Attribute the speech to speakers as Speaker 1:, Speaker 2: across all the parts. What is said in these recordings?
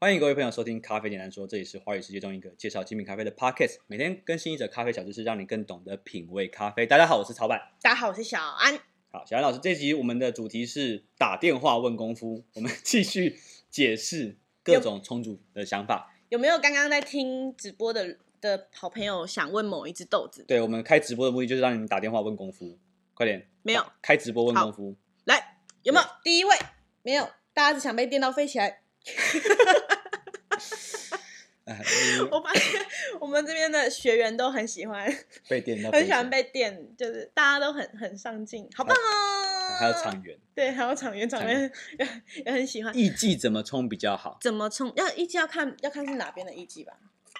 Speaker 1: 欢迎各位朋友收听《咖啡简单说》，这里是华语世界中一个介绍精品咖啡的 podcast，每天更新一则咖啡小知识，让你更懂得品味咖啡。大家好，我是曹板。
Speaker 2: 大家好，我是小安。
Speaker 1: 好，小安老师，这集我们的主题是打电话问功夫，我们继续解释各种冲煮的想法。
Speaker 2: 有没有刚刚在听直播的的好朋友想问某一只豆子？
Speaker 1: 对，我们开直播的目的就是让你们打电话问功夫，快点，
Speaker 2: 没有，
Speaker 1: 开直播问功夫。
Speaker 2: 来，有没有第一位？没有，大家只想被电到飞起来。
Speaker 1: 哎
Speaker 2: 我发现我们这边的学员都很喜 欢，
Speaker 1: 啊被电到，
Speaker 2: 很喜欢。被电，就是大家都很很上进，好棒哦！
Speaker 1: 还有场员，
Speaker 2: 对，还有场员，场员也 也很喜欢。
Speaker 1: 艺伎怎么冲比较好？
Speaker 2: 怎么冲？要一季要看要看是哪边的一季吧？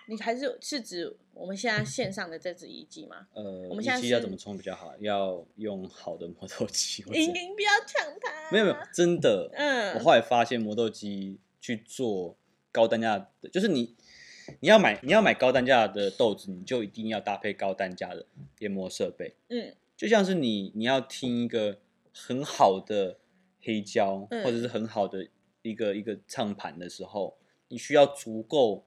Speaker 2: 你还是是指我们现在线上的这支一季吗？
Speaker 1: 呃，
Speaker 2: 我们现
Speaker 1: 艺
Speaker 2: 在
Speaker 1: 伎要
Speaker 2: 是
Speaker 1: 怎么冲比较好？要用好的磨豆机。我
Speaker 2: 莹
Speaker 1: 觉得
Speaker 2: 莹不要抢他。
Speaker 1: 没有没有，真的，
Speaker 2: 嗯，
Speaker 1: 我后来发现磨豆机去做高单价的，就是你你要买你要买高单价的豆子，你就一定要搭配高单价的研磨设备。
Speaker 2: 嗯
Speaker 1: 就像是你你要听一个很好的黑胶，
Speaker 2: 嗯
Speaker 1: 或者是很好的一个一个唱盘的时候，你需要足够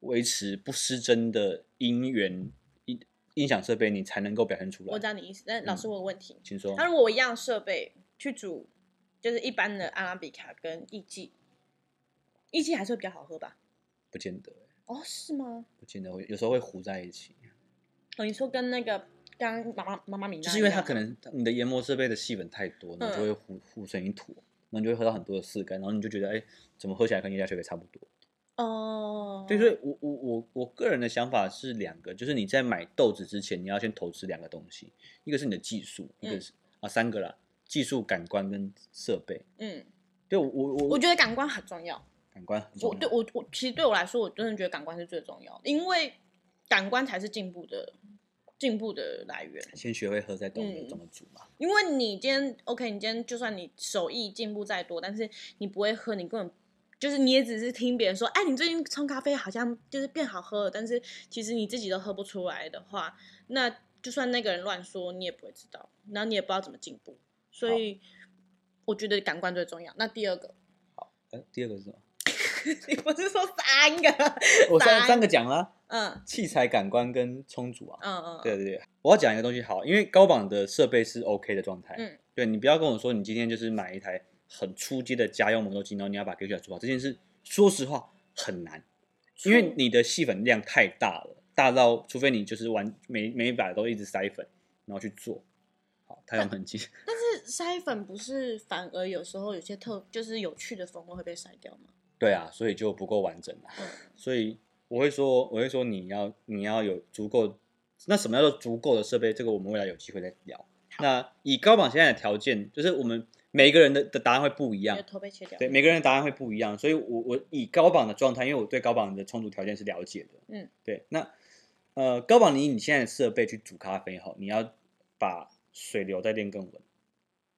Speaker 1: 维持不失真的音源音音响设备，你才能够表现出
Speaker 2: 我知
Speaker 1: 来。
Speaker 2: 道你意思，但
Speaker 1: 嗯
Speaker 2: 老师我有问题。
Speaker 1: 请说
Speaker 2: 那、。如果我一样的设备去煮，就是一般的阿拉比卡跟意季，意季还是会比较好喝吧？
Speaker 1: 不见得，
Speaker 2: 哦，是吗？
Speaker 1: 不见得会，有时候会糊在一起，
Speaker 2: 哦，你说跟那个刚刚妈妈妈妈米娜一样，
Speaker 1: 就是因为它可能你的研磨设备的细粉太多，然后就
Speaker 2: 嗯
Speaker 1: 会糊糊成一坨，然后你就会喝到很多的四干，然后你就觉得哎，怎么喝起来跟椰加雪菲差不多？
Speaker 2: 哦，
Speaker 1: 对，所以我我我我个人的想法是两个，就是你在买豆子之前，你要先投资两个东西，一个是你的技术，一个
Speaker 2: 嗯
Speaker 1: 是、啊三个啦，技术、感官跟设备。
Speaker 2: 嗯，
Speaker 1: 对我我
Speaker 2: 我觉得感官很重要。
Speaker 1: 感官很重
Speaker 2: 我
Speaker 1: 要
Speaker 2: 对我我其实对我来说，我真的觉得感官是最重要的，因为感官才是进步的进步的来源。
Speaker 1: 先学会喝再懂得
Speaker 2: 嗯
Speaker 1: 怎么煮嘛。
Speaker 2: 因为你今天 OK，你今天就算你手艺进步再多，但是你不会喝，你根本就是你也只是听别人说，哎，你最近冲咖啡好像就是变好喝了，但是其实你自己都喝不出来的话，那就算那个人乱说，你也不会知道，然后你也不知道怎么进步，所以我觉得感官最重要。那第二个，
Speaker 1: 哎、第二个是什么？
Speaker 2: 你不是说三个？
Speaker 1: 我
Speaker 2: 答
Speaker 1: 三
Speaker 2: 案
Speaker 1: 三个讲啦，
Speaker 2: 嗯
Speaker 1: 器材、感官跟充足啊。
Speaker 2: 嗯嗯，
Speaker 1: 对对对，我要讲一个东西好，因为高榜的设备是 OK 的状态。
Speaker 2: 嗯，
Speaker 1: 对你不要跟我说你今天就是买一台很初阶的家用磨豆机，然后你要把 g 小煮好，这件事说实话很难。因为你的细粉量太大了，大到除非你就是玩每每一把都一直筛粉，然后去做。好，太阳很近，
Speaker 2: 但是筛粉不是反而有时候有些特就是有趣的风味会被筛掉吗？
Speaker 1: 对啊，所以就不够完整啊。
Speaker 2: 嗯
Speaker 1: 所以我会说，我会说你要你要有足够，那什么叫做足够的设备？这个我们未来有机会再聊。那以高榜现在的条件，就是我们每一个人的的答案会不一
Speaker 2: 你
Speaker 1: 样
Speaker 2: 的，头被切掉。
Speaker 1: 对，每个人的答案会不一样，所以我我以高榜的状态，因为我对高榜的充足条件是了解的，
Speaker 2: 嗯，
Speaker 1: 对。那呃，高榜你以你现在的设备去煮咖啡后，你要把水流再练更稳。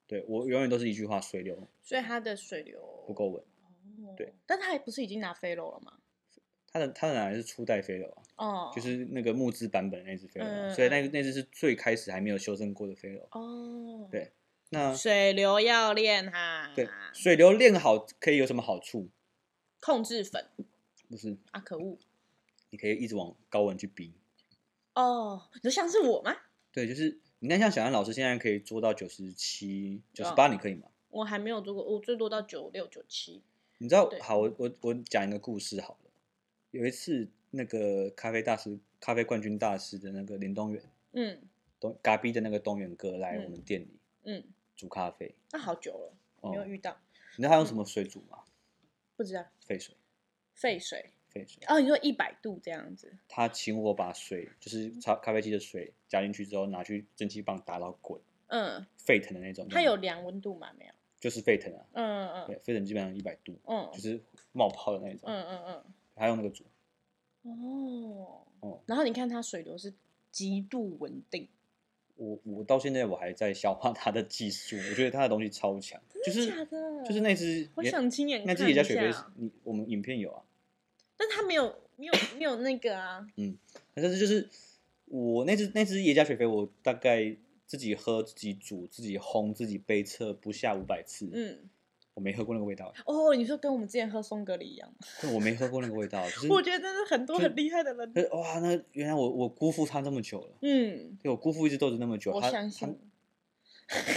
Speaker 1: 对我永远都是一句话，水流
Speaker 2: 所以它的水流
Speaker 1: 不够稳。
Speaker 2: 哦
Speaker 1: 对，
Speaker 2: 但它还不是已经拿飞楼了吗？
Speaker 1: 它的它的哪来是初代飞流啊？
Speaker 2: 哦，
Speaker 1: 就是那个木质版本的那只飞流啊，
Speaker 2: 嗯
Speaker 1: 所以那个那只是最开始还没有修正过的飞流。
Speaker 2: 哦，
Speaker 1: 对那
Speaker 2: 水流要练哈，
Speaker 1: 对水流练好可以有什么好处？
Speaker 2: 控制粉
Speaker 1: 就是
Speaker 2: 啊，可恶
Speaker 1: 你可以一直往高温去逼。
Speaker 2: 哦，你说像是我吗？
Speaker 1: 对，就是你看，像小安老师现在可以做到九十七、九十八，
Speaker 2: 哦
Speaker 1: 你可以吗？
Speaker 2: 我还没有做过，我最多到九六九七，
Speaker 1: 你知道
Speaker 2: 对，
Speaker 1: 好，我我我讲一个故事好了。有一次，那个咖啡大师、咖啡冠军大师的那个林东远，
Speaker 2: 嗯
Speaker 1: 东嘎逼的那个东远哥来
Speaker 2: 嗯
Speaker 1: 我们店里
Speaker 2: 嗯，
Speaker 1: 煮咖啡。
Speaker 2: 那好久了
Speaker 1: 哦
Speaker 2: 没，有遇嗯到，
Speaker 1: 你知道他用什么水煮吗？
Speaker 2: 不知道
Speaker 1: 沸水，
Speaker 2: 沸水
Speaker 1: 沸水。
Speaker 2: 哦，你说一百度这样子，
Speaker 1: 他请我把水，就是
Speaker 2: 嗯
Speaker 1: 咖咖啡机的水加进去之后，拿去蒸汽棒打到滚，
Speaker 2: 嗯，
Speaker 1: 沸腾的那种。
Speaker 2: 它有量温度吗？没有，
Speaker 1: 就是沸腾啊，
Speaker 2: 嗯嗯
Speaker 1: 对
Speaker 2: 嗯，
Speaker 1: 沸腾基本上一百度，
Speaker 2: 嗯
Speaker 1: 就是冒泡的那种。
Speaker 2: 嗯嗯嗯。
Speaker 1: 他用那个煮，
Speaker 2: 哦，
Speaker 1: 哦
Speaker 2: 然后你看它水流是极度稳定，
Speaker 1: 我我到现在我还在消化他的技术，我觉得他的东西超强，就
Speaker 2: 真
Speaker 1: 是
Speaker 2: 的假的？
Speaker 1: 就是那只，
Speaker 2: 我想亲眼
Speaker 1: 那
Speaker 2: 看
Speaker 1: 只也叫
Speaker 2: 一
Speaker 1: 雪菲
Speaker 2: 下，，
Speaker 1: 你我们影片有啊，
Speaker 2: 但它没有没有没有那个啊，
Speaker 1: 但是就是我那只那只野加雪菲，我大概自己喝、自己煮、自己烘、自己杯测不下五百次，
Speaker 2: 嗯，
Speaker 1: 我我没喝过那个味道，
Speaker 2: 哦，你说跟我们之前喝松格里一样，
Speaker 1: 对我没喝过那个味道，就是
Speaker 2: 我觉得真的很多
Speaker 1: 嗯就是
Speaker 2: 很厉害的人，
Speaker 1: 可是哇，那原来我我辜负他这么久了，
Speaker 2: 嗯，
Speaker 1: 对我辜负一只豆子那么久，
Speaker 2: 我
Speaker 1: 他
Speaker 2: 相信
Speaker 1: 他。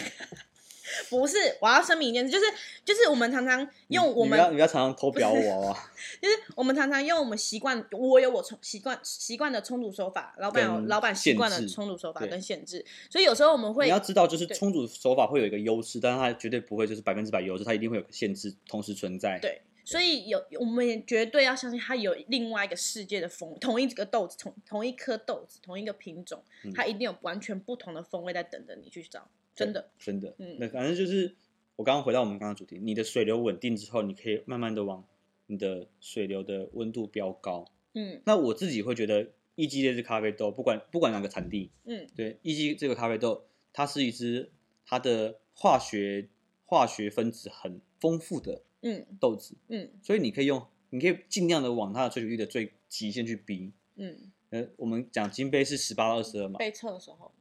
Speaker 2: 不是，我要声明一件事，就是就是我们常常用我
Speaker 1: 你
Speaker 2: 们
Speaker 1: 不要你不要常常偷表 我啊！
Speaker 2: 就是我们常常用我们习惯，我有我冲习惯习惯的冲煮手法，老板有
Speaker 1: 跟
Speaker 2: 老板习惯的
Speaker 1: 限制
Speaker 2: 冲煮手法
Speaker 1: 对
Speaker 2: 跟限制，所以有时候我们会
Speaker 1: 你要知道，就是
Speaker 2: 对
Speaker 1: 冲煮手法会有一个优势，但是它绝对不会就是百分之百优势，它一定会有个限制同时存在。
Speaker 2: 对所以有我们也绝对要相信它有另外一个世界的风，同一个豆子，同同一颗豆子，同一个品种
Speaker 1: 嗯，
Speaker 2: 它一定有完全不同的风味在等着你去找，
Speaker 1: 对，
Speaker 2: 真的，
Speaker 1: 真的，
Speaker 2: 嗯
Speaker 1: 那反正就是我刚刚回到我们刚刚的主题，你的水流稳定之后，你可以慢慢的往你的水流的温度飙高。
Speaker 2: 嗯
Speaker 1: 那我自己会觉得，一基这只咖啡豆，不管不管哪个产地，
Speaker 2: 嗯
Speaker 1: 对，一基这个咖啡豆，它是一只它的化学化学分子很丰富的
Speaker 2: 嗯
Speaker 1: 豆子，
Speaker 2: 嗯
Speaker 1: 所以你可以用，你可以尽量的往它的萃取率的最极限去逼。
Speaker 2: 嗯，
Speaker 1: 呃，我们讲金杯是十八到二十二嘛，
Speaker 2: 被测的时候，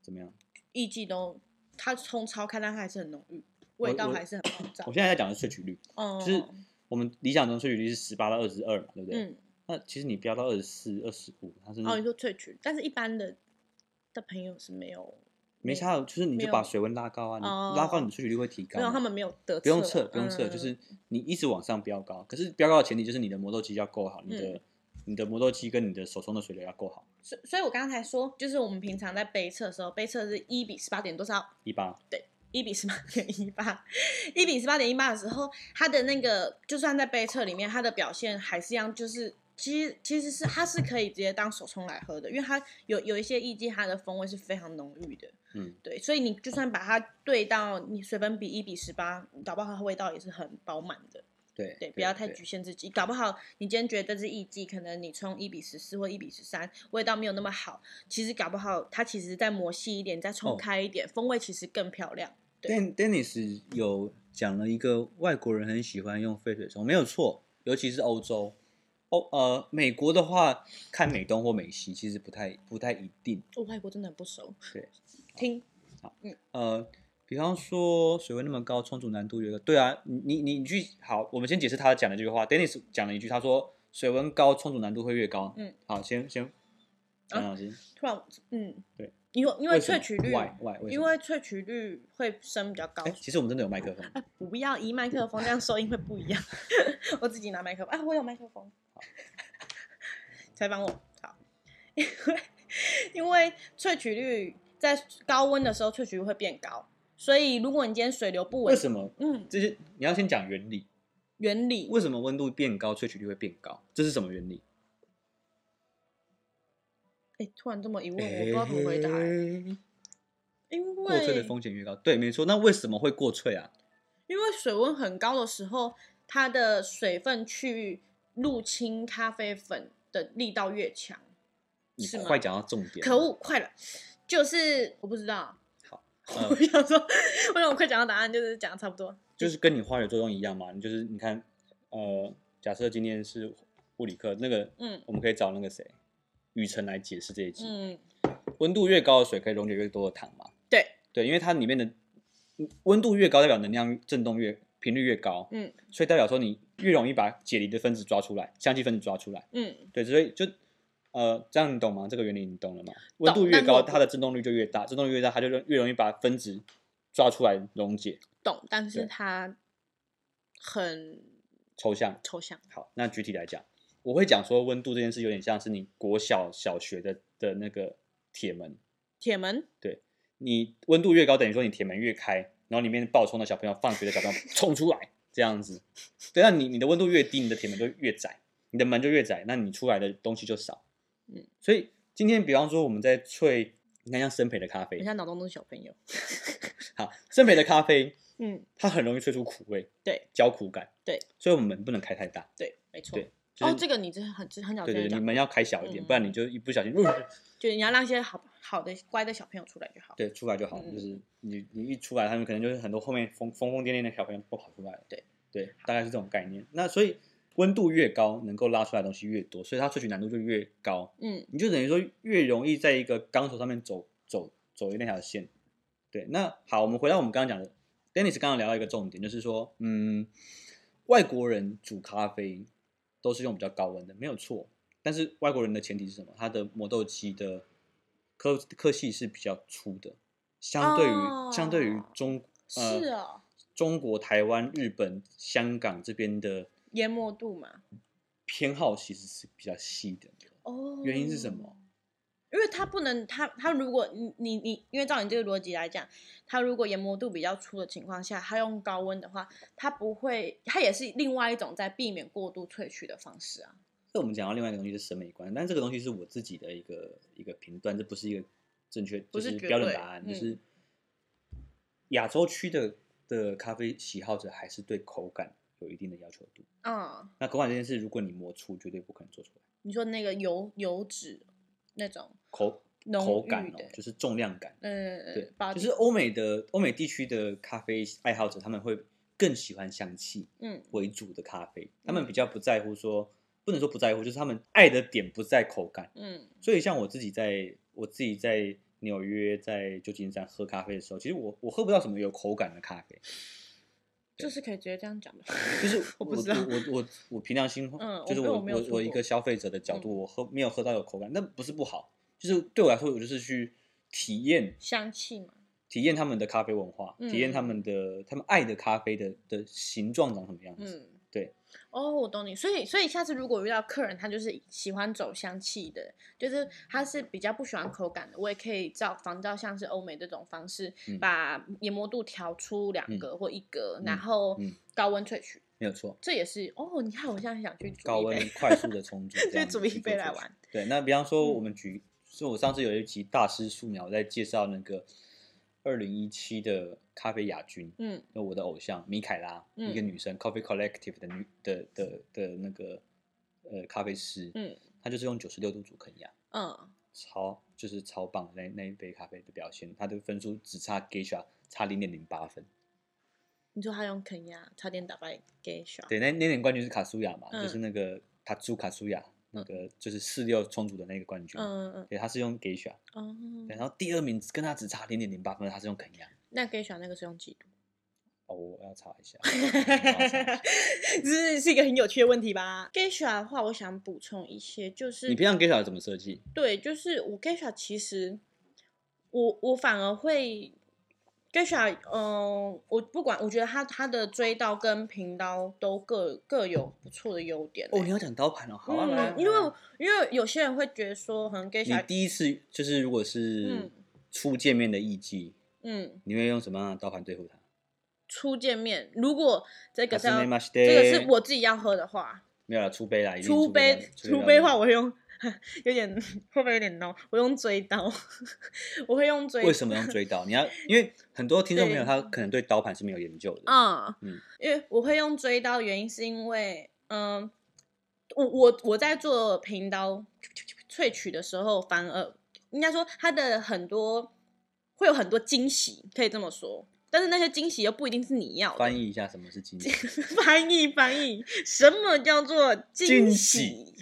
Speaker 1: 怎么样？
Speaker 2: 艺伎都它冲超开，但它还是很浓郁，
Speaker 1: 我
Speaker 2: 味道
Speaker 1: 我
Speaker 2: 还是很暴
Speaker 1: 我
Speaker 2: 躁，
Speaker 1: 现在在讲的是萃取率，
Speaker 2: 哦，
Speaker 1: 就是我们理想中萃取率是十八到二十二嘛，对不对？
Speaker 2: 嗯。
Speaker 1: 那其实你飙到二十四、二十五，它是
Speaker 2: 哦，你说萃取，但是一般的的朋友是没有，
Speaker 1: 没差的，就是你
Speaker 2: 没
Speaker 1: 就
Speaker 2: 有
Speaker 1: 把水温拉高啊，
Speaker 2: 哦
Speaker 1: 你拉高你的萃取率会提高
Speaker 2: 没
Speaker 1: 嘛。
Speaker 2: 有他们没有得
Speaker 1: 不用
Speaker 2: 测
Speaker 1: 测，
Speaker 2: 啦，
Speaker 1: 不用测，
Speaker 2: 嗯
Speaker 1: 就是你一直往上飙高。可是飙高的前提就是你的磨豆机要够好，你
Speaker 2: 嗯
Speaker 1: 的你的磨豆机跟你的手冲的水流要够好，
Speaker 2: 所以所以我刚才说，就是我们平常在杯测的时候，杯测是一比十八点多少？
Speaker 1: 一八
Speaker 2: 一比十八点一八，一比十八点一八的时候，它的那个就算在杯测里面，它的表现还是一样，就是其实其实是它是可以直接当手冲来喝的，因为它有有一些意境，它的风味是非常浓郁的，
Speaker 1: 嗯，
Speaker 2: 对，所以你就算把它兑到你水分比一比十八，搞不好它味道也是很饱满的。
Speaker 1: 对啊
Speaker 2: 对，不要太局限自己，搞不好你今天觉得这是艺伎，可能你冲一比十四或一比十三，味道没有那么好，其实搞不好它其实再磨细一点，再
Speaker 1: 哦
Speaker 2: 冲开一点，风味其实更漂亮。对
Speaker 1: Dan Dennis 有讲了一个外国人很喜欢用沸水冲，没有错，尤其是欧洲。欧呃，美国的话，看美东或美西其实不太不太一定。
Speaker 2: 我、哦外国真的很不熟，
Speaker 1: 对，
Speaker 2: 听
Speaker 1: 呃，比方说水温那么高，冲煮难度有一个，对啊，你你你你去好，我们先解释他讲的这句话。Dennis 讲了一句，他说水温高，冲煮难度会越高。
Speaker 2: 嗯，
Speaker 1: 好，先先
Speaker 2: 啊
Speaker 1: 杨老师，
Speaker 2: 突然嗯，
Speaker 1: 对，
Speaker 2: 因为因为
Speaker 1: 什么
Speaker 2: 萃取率，
Speaker 1: why why 为什
Speaker 2: 因
Speaker 1: 么？
Speaker 2: 为萃取率会升比较高
Speaker 1: 哎，。其实我们真的有麦克风，
Speaker 2: 哎，不要移麦克风，这样收音会不一样。 我自己拿麦克风，哎，我有麦克风， 采访我好， 因为因为萃取率在高温的时候萃取率会变高，所以如果你今天水流不
Speaker 1: 为
Speaker 2: 稳，
Speaker 1: 什么？
Speaker 2: 嗯，
Speaker 1: 这些你要先讲原理，
Speaker 2: 原理
Speaker 1: 为什么温度变高，萃取率会变高？这是什么原理？
Speaker 2: 哎、突然这么一问，我不知道怎么回答、哎
Speaker 1: 哎
Speaker 2: 因
Speaker 1: 过萃的
Speaker 2: 为
Speaker 1: 风险越高，对，没错。那为什么会过萃啊？
Speaker 2: 因为水温很高的时候，它的水分去入侵咖啡粉的力道越强，
Speaker 1: 你
Speaker 2: 是吗
Speaker 1: 快讲到重点。
Speaker 2: 可！恶，快了，就是我不知道。
Speaker 1: 好，
Speaker 2: 我
Speaker 1: 呃，
Speaker 2: 想说，为什么我快讲到答案，就是讲的差不多。
Speaker 1: 就是跟你化学作用一样嘛，你就是你看，呃，假设今天是物理课，那个
Speaker 2: 嗯
Speaker 1: 我们可以找那个谁，雨辰来解释这一集。
Speaker 2: 嗯，
Speaker 1: 温度越高的水可以溶解越多的糖嘛？
Speaker 2: 对
Speaker 1: 对，因为它里面的嗯温度越高，代表能量振动越频率越高，
Speaker 2: 嗯
Speaker 1: 所以代表说你越容易把解离的分子抓出来，相继分子抓出来。
Speaker 2: 嗯，
Speaker 1: 对，所以就呃，这样你懂吗？这个原理你懂了吗？温度越
Speaker 2: 但我
Speaker 1: 高，
Speaker 2: 不
Speaker 1: 它的振动率就越大，振动率越大，它就越容易把分子抓出来溶解。
Speaker 2: 懂，但是
Speaker 1: 对
Speaker 2: 它很
Speaker 1: 抽象。
Speaker 2: 抽象。
Speaker 1: 好，那具体来讲，我会讲说温度这件事有点像是你国小小学的的那个铁门，
Speaker 2: 铁门，
Speaker 1: 你温度越高，等于说你铁门越开，然后里面暴冲的小朋友、放学的小朋友冲出来，这样子。对，那你你的温度越低，你的铁门就越窄，你的门就越窄，那你出来的东西就少。
Speaker 2: 嗯，
Speaker 1: 所以今天比方说我们在萃，你看像生培的咖啡
Speaker 2: 你，看脑中都是小朋友。
Speaker 1: 好，生培的咖啡
Speaker 2: 嗯，
Speaker 1: 它很容易萃出苦味，
Speaker 2: 对，
Speaker 1: 焦苦感，
Speaker 2: 对，
Speaker 1: 所以我们门不能开太大，
Speaker 2: 对，没错。
Speaker 1: 对，就是、
Speaker 2: 哦，这个你真的很很早
Speaker 1: 对
Speaker 2: 之
Speaker 1: 对
Speaker 2: 前
Speaker 1: 对，你
Speaker 2: 讲，
Speaker 1: 门要开小一点，
Speaker 2: 嗯
Speaker 1: 不然你就一不小心，
Speaker 2: 就是你要让一些好好的乖的小朋友出来就好。
Speaker 1: 对，出来就好，
Speaker 2: 嗯
Speaker 1: 就是你你一出来，他们可能就是很多后面疯疯疯癫癫的小朋友都跑出来了。
Speaker 2: 对
Speaker 1: 对，大概是这种概念。那所以温度越高，能够拉出来的东西越多，所以它萃取难度就越高。
Speaker 2: 嗯
Speaker 1: 你就等于说越容易在一个钢索上面走走走那条线。对，那好，我们回到我们刚刚讲的 Dennis 刚刚聊到一个重点，就是说，嗯，外国人煮咖啡都是用比较高温的，没有错。但是外国人的前提是什么？他的磨豆机的科科系是比较粗的，相对于、
Speaker 2: 哦
Speaker 1: 相对于中呃
Speaker 2: 是哦，
Speaker 1: 中国、台湾、日本、香港这边的
Speaker 2: 淹没度嘛。
Speaker 1: 偏好其实是比较细的。
Speaker 2: 哦，
Speaker 1: 原因是什么？？
Speaker 2: 因为他不能，他他如果你你你，因为照你这个逻辑来讲，他如果研磨度比较粗的情况下，他用高温的话，他不会，他也是另外一种在避免过度萃取的方式啊。
Speaker 1: 这我们讲到另外一个东西是审美观，但这个东西是我自己的一个一个评断，这不是一个正确，
Speaker 2: 不
Speaker 1: 就是是
Speaker 2: 绝
Speaker 1: 标准
Speaker 2: 对
Speaker 1: 答案，
Speaker 2: 嗯
Speaker 1: 就是亚洲区的的咖啡喜好者还是对口感有一定的要求度。
Speaker 2: 嗯，
Speaker 1: 那口感这件事，如果你磨出，绝对不可能做出来。
Speaker 2: 你说那个油油脂那种，
Speaker 1: 口
Speaker 2: 浓
Speaker 1: 口感
Speaker 2: 郁
Speaker 1: 哦
Speaker 2: 的，
Speaker 1: 就是重量感。
Speaker 2: 嗯，
Speaker 1: 对，
Speaker 2: body
Speaker 1: 就是欧美的欧美地区的咖啡爱好者，他们会更喜欢香气
Speaker 2: 嗯
Speaker 1: 为主的咖啡，他们
Speaker 2: 嗯
Speaker 1: 比较不在乎说，不能说不在乎，就是他们爱的点不在口感。
Speaker 2: 嗯
Speaker 1: 所以像我自己在我自己在纽约在旧金山喝咖啡的时候，其实我我喝不到什么有口感的咖啡，
Speaker 2: 就是可以直接这样讲的。
Speaker 1: 就是 我
Speaker 2: 我不知道
Speaker 1: 我我我我平常心，
Speaker 2: 嗯
Speaker 1: 就是
Speaker 2: 我
Speaker 1: 我
Speaker 2: 我没有
Speaker 1: 我
Speaker 2: 出
Speaker 1: 我
Speaker 2: 过嗯
Speaker 1: 一个消费者的角度，我喝没有喝到有口感，那不是不好，就是对我来说，我就是去体验
Speaker 2: 香气嘛，
Speaker 1: 体验他们的咖啡文化，
Speaker 2: 嗯
Speaker 1: 体验他们的他们爱的咖啡的的形状长什么样子。
Speaker 2: 嗯，
Speaker 1: 对。
Speaker 2: 哦，我懂你，所以所以下次如果遇到客人，他就是喜欢走香气的，就是他是比较不喜欢口感的，我也可以照仿照像是欧美这种方式，
Speaker 1: 嗯
Speaker 2: 把研磨度调出两格或一格，然后
Speaker 1: 嗯
Speaker 2: 高温萃取，
Speaker 1: 没有错，
Speaker 2: 这也是哦，你看我现在想去煮一
Speaker 1: 高温
Speaker 2: 杯
Speaker 1: 快速的冲 煮，这
Speaker 2: 去
Speaker 1: 样子
Speaker 2: 煮一
Speaker 1: 去
Speaker 2: 杯
Speaker 1: 做
Speaker 2: 来
Speaker 1: 萃取
Speaker 2: 玩，
Speaker 1: 对，那比方说
Speaker 2: 嗯
Speaker 1: 我们举，所以我上次有一集大师素描在介绍那个二零一七的咖啡亚军，
Speaker 2: 嗯
Speaker 1: 那我的偶像米凯拉，
Speaker 2: 嗯
Speaker 1: 一个女生，Coffee Collective 的女的的的那个呃咖啡师，
Speaker 2: 嗯
Speaker 1: 她就是用九十六度煮肯亚，
Speaker 2: 嗯，
Speaker 1: 超就是超棒的那那一杯咖啡的表现，她的分数只差 Geisha 差零点零八分，
Speaker 2: 你说他用肯亚差点打败 gay s h a
Speaker 1: 对，那那年冠军是卡苏亚嘛，
Speaker 2: 嗯
Speaker 1: 就是那个塔朱卡苏亚那个就是四六冲煮的那个冠军，
Speaker 2: 嗯嗯
Speaker 1: 对，她是用 Geisha。
Speaker 2: 嗯
Speaker 1: 对
Speaker 2: 哦，
Speaker 1: 然后第二名跟他只差零点零八分，他是用肯亚。
Speaker 2: 那 gay s h a 那个是用几度？
Speaker 1: 哦，我要查一 下。我要查一下
Speaker 2: 这是一个很有趣的问题吧？Geisha 的话，我想补充一些，就是
Speaker 1: 你平常给小孩怎么设计？
Speaker 2: 对，就是我 Geisha 其实，我我反而会 Geisha，嗯、我不管，我觉得他他的追刀跟平刀都各各有不错的优点、欸
Speaker 1: 哦，你要讲刀盘哦，好啊，来啊
Speaker 2: 嗯，因为因为有些人会觉得说，可能
Speaker 1: 你
Speaker 2: Geisha，
Speaker 1: 第一次就是如果是
Speaker 2: 嗯
Speaker 1: 初见面的艺伎，
Speaker 2: 嗯，
Speaker 1: 你会用什么样的刀盘对付他？
Speaker 2: 初见面，如果这个是要
Speaker 1: 初见面
Speaker 2: 这个是我自己要喝的话，
Speaker 1: 没有了，出杯啦，一定
Speaker 2: 出杯出
Speaker 1: 出
Speaker 2: 杯
Speaker 1: 杯
Speaker 2: 的话，
Speaker 1: 啦
Speaker 2: 我会用有点会不会有点 no？我用追刀， 我会用追。
Speaker 1: 为什么用追刀？你要因为很多听众朋友
Speaker 2: 对
Speaker 1: 他可能对刀盘是没有研究的。
Speaker 2: 嗯，
Speaker 1: 嗯
Speaker 2: 因为我会用追刀，原因是因为，嗯，我我我在做平刀萃取的时候，反而应该说它的很多会有很多惊喜，可以这么说。但是那些惊喜又不一定是你要的。
Speaker 1: 翻译一下什么是惊喜？
Speaker 2: 翻译翻译，什么叫做惊
Speaker 1: 惊
Speaker 2: 喜？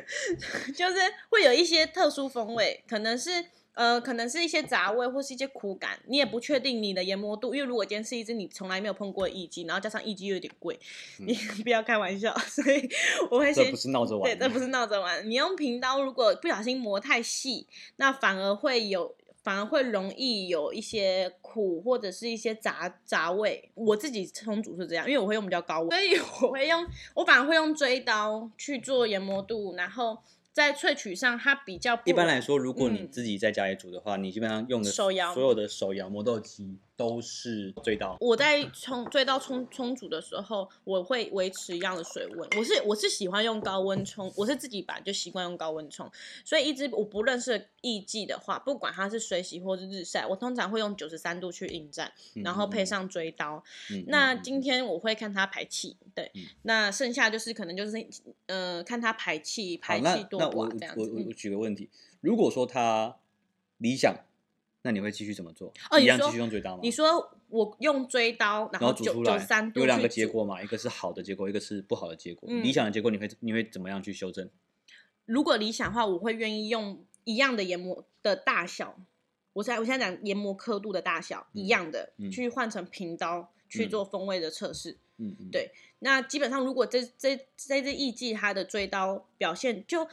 Speaker 2: 就是会有一些特殊风味，可能是呃，可能是一些杂味或是一些苦感，你也不确定你的研磨度，因为如果今天是一只你从来没有碰过的艺妓，然后加上艺妓又有点贵，你 不要开玩笑，所以我会
Speaker 1: 这
Speaker 2: 先
Speaker 1: 不是闹着玩
Speaker 2: 对，
Speaker 1: 的。
Speaker 2: 这不是闹着玩。你用平刀，如果不小心磨太细，那反而会有，反而会容易有一些苦或者是一些杂杂味。我自己冲煮是这样，因为我会用比较高温，所以我会用，我反而会用锥刀去做研磨度，然后在萃取上它比较不
Speaker 1: 一般来说，如果你
Speaker 2: 嗯
Speaker 1: 自己在家里煮的话，你基本上用的
Speaker 2: 手摇
Speaker 1: 所有的手摇磨豆机都是追刀。
Speaker 2: 我在
Speaker 1: 嗯
Speaker 2: 冲追到冲冲煮的时候，我会维持一样的水温。我是我是喜欢用高温冲，我是自己把就习惯用高温冲。所以一只我不认识的艺伎的话，不管它是水洗或是日晒，我通常会用九十三度去应战，然后配上追刀。
Speaker 1: 嗯，嗯
Speaker 2: 那
Speaker 1: 嗯嗯
Speaker 2: 今天我会看它排气，对，
Speaker 1: 嗯
Speaker 2: 那剩下就是可能就是呃看它排气
Speaker 1: 好，
Speaker 2: 排
Speaker 1: 那
Speaker 2: 气多
Speaker 1: 那我
Speaker 2: 寡这样
Speaker 1: 我
Speaker 2: 子。
Speaker 1: 我
Speaker 2: 嗯
Speaker 1: 我举个问题，如果说他理想，那你会继续怎么做？
Speaker 2: 哦
Speaker 1: 一
Speaker 2: 你
Speaker 1: 样
Speaker 2: 说
Speaker 1: 继续用追刀吗？
Speaker 2: 你说我用追刀，然
Speaker 1: 然后
Speaker 2: 后
Speaker 1: 煮
Speaker 2: 九
Speaker 1: 出
Speaker 2: 九
Speaker 1: 来
Speaker 2: 十三度
Speaker 1: 有两
Speaker 2: 去
Speaker 1: 个结
Speaker 2: 煮
Speaker 1: 果嘛，一个是好的结果，一个是不好的结果。
Speaker 2: 嗯
Speaker 1: 理想的结果你会你会怎么样去修正？
Speaker 2: 如果理想的话，我会愿意用一样的研磨的大小我现在我现在讲研磨刻度的大小、
Speaker 1: 嗯
Speaker 2: 一样的，
Speaker 1: 嗯
Speaker 2: 去换成平刀去
Speaker 1: 嗯
Speaker 2: 做风味的测试。
Speaker 1: 嗯嗯，
Speaker 2: 对那基本上，如果这这这支艺伎它的追刀表现就。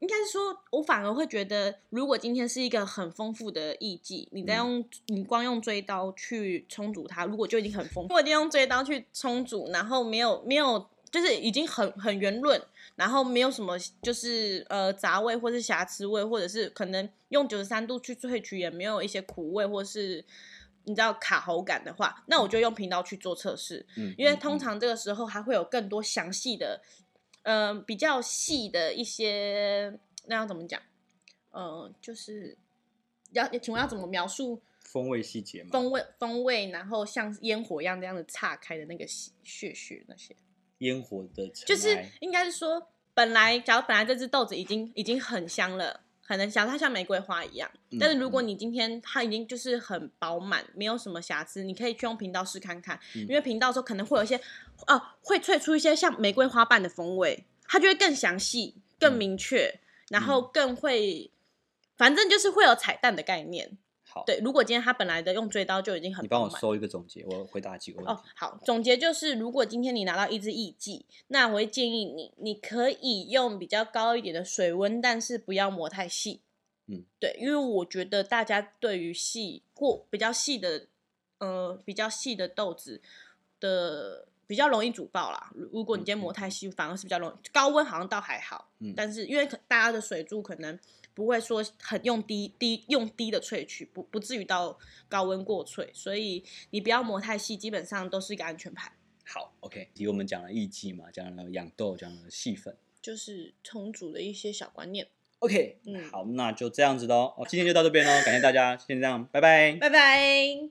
Speaker 2: 应该是说，我反而会觉得，如果今天是一个很丰富的艺伎，你再用、你光用追刀去冲煮它，如果就已经很丰富，如果今天用追刀去冲煮，然后没有没有，就是已经很很圆润，然后没有什么就是呃杂味或是瑕疵味，或者是可能用九十三度去萃取也没有一些苦味或是你知道卡喉感的话，那我就用频道去做测试。
Speaker 1: 嗯，
Speaker 2: 因为
Speaker 1: 嗯
Speaker 2: 通常这个时候还会有更多详细的，嗯、比较细的一些，那要怎么讲？呃，就是要请问要怎么描述
Speaker 1: 风味细节嘛，
Speaker 2: 风味风味，然后像烟火一样这样的岔开的那个细血血那些，
Speaker 1: 烟火的尘埃
Speaker 2: 就是应该是说，本来假如本来这只豆子已经已经很香了。很能香，它像玫瑰花一样。
Speaker 1: 嗯
Speaker 2: 但是如果
Speaker 1: 嗯
Speaker 2: 你今天它已经就是很饱满，没有什么瑕疵，你可以去用频道试看看。
Speaker 1: 嗯
Speaker 2: 因为频道的时候可能会有一些，哦、会萃出一些像玫瑰花瓣的风味，它就会更详细、更
Speaker 1: 嗯
Speaker 2: 明确，然后更会，反正就是会有彩蛋的概念。
Speaker 1: 好，
Speaker 2: 对，如果今天它本来的用追刀就已经很
Speaker 1: 你帮
Speaker 2: 饱
Speaker 1: 我
Speaker 2: 满。
Speaker 1: 收一个总结，我回答几个问
Speaker 2: 哦
Speaker 1: 题。，
Speaker 2: 好，总结就是，如果今天你拿到一支艺伎，那我会建议你，你可以用比较高一点的水温，但是不要磨太细。
Speaker 1: 嗯，
Speaker 2: 对，因为我觉得大家对于细或比较细的，呃，比较细的豆子的比较容易煮爆啦。如如果你今天磨太细，反而是比较容易，高温好像倒还好，
Speaker 1: 嗯
Speaker 2: 但是因为可大家的水柱可能不会说很用低低用低的萃取，不不至于到高温过萃，所以你不要磨太细，基本上都是一个安全牌，
Speaker 1: 好，OK，提我们讲了艺伎嘛，讲了养豆，讲了细粉。
Speaker 2: 就是重组的一些小观念。
Speaker 1: OK，
Speaker 2: 嗯
Speaker 1: 好，那就这样子喽。哦，今天就到这边喽，感谢大家，先这样，拜拜。
Speaker 2: 拜拜。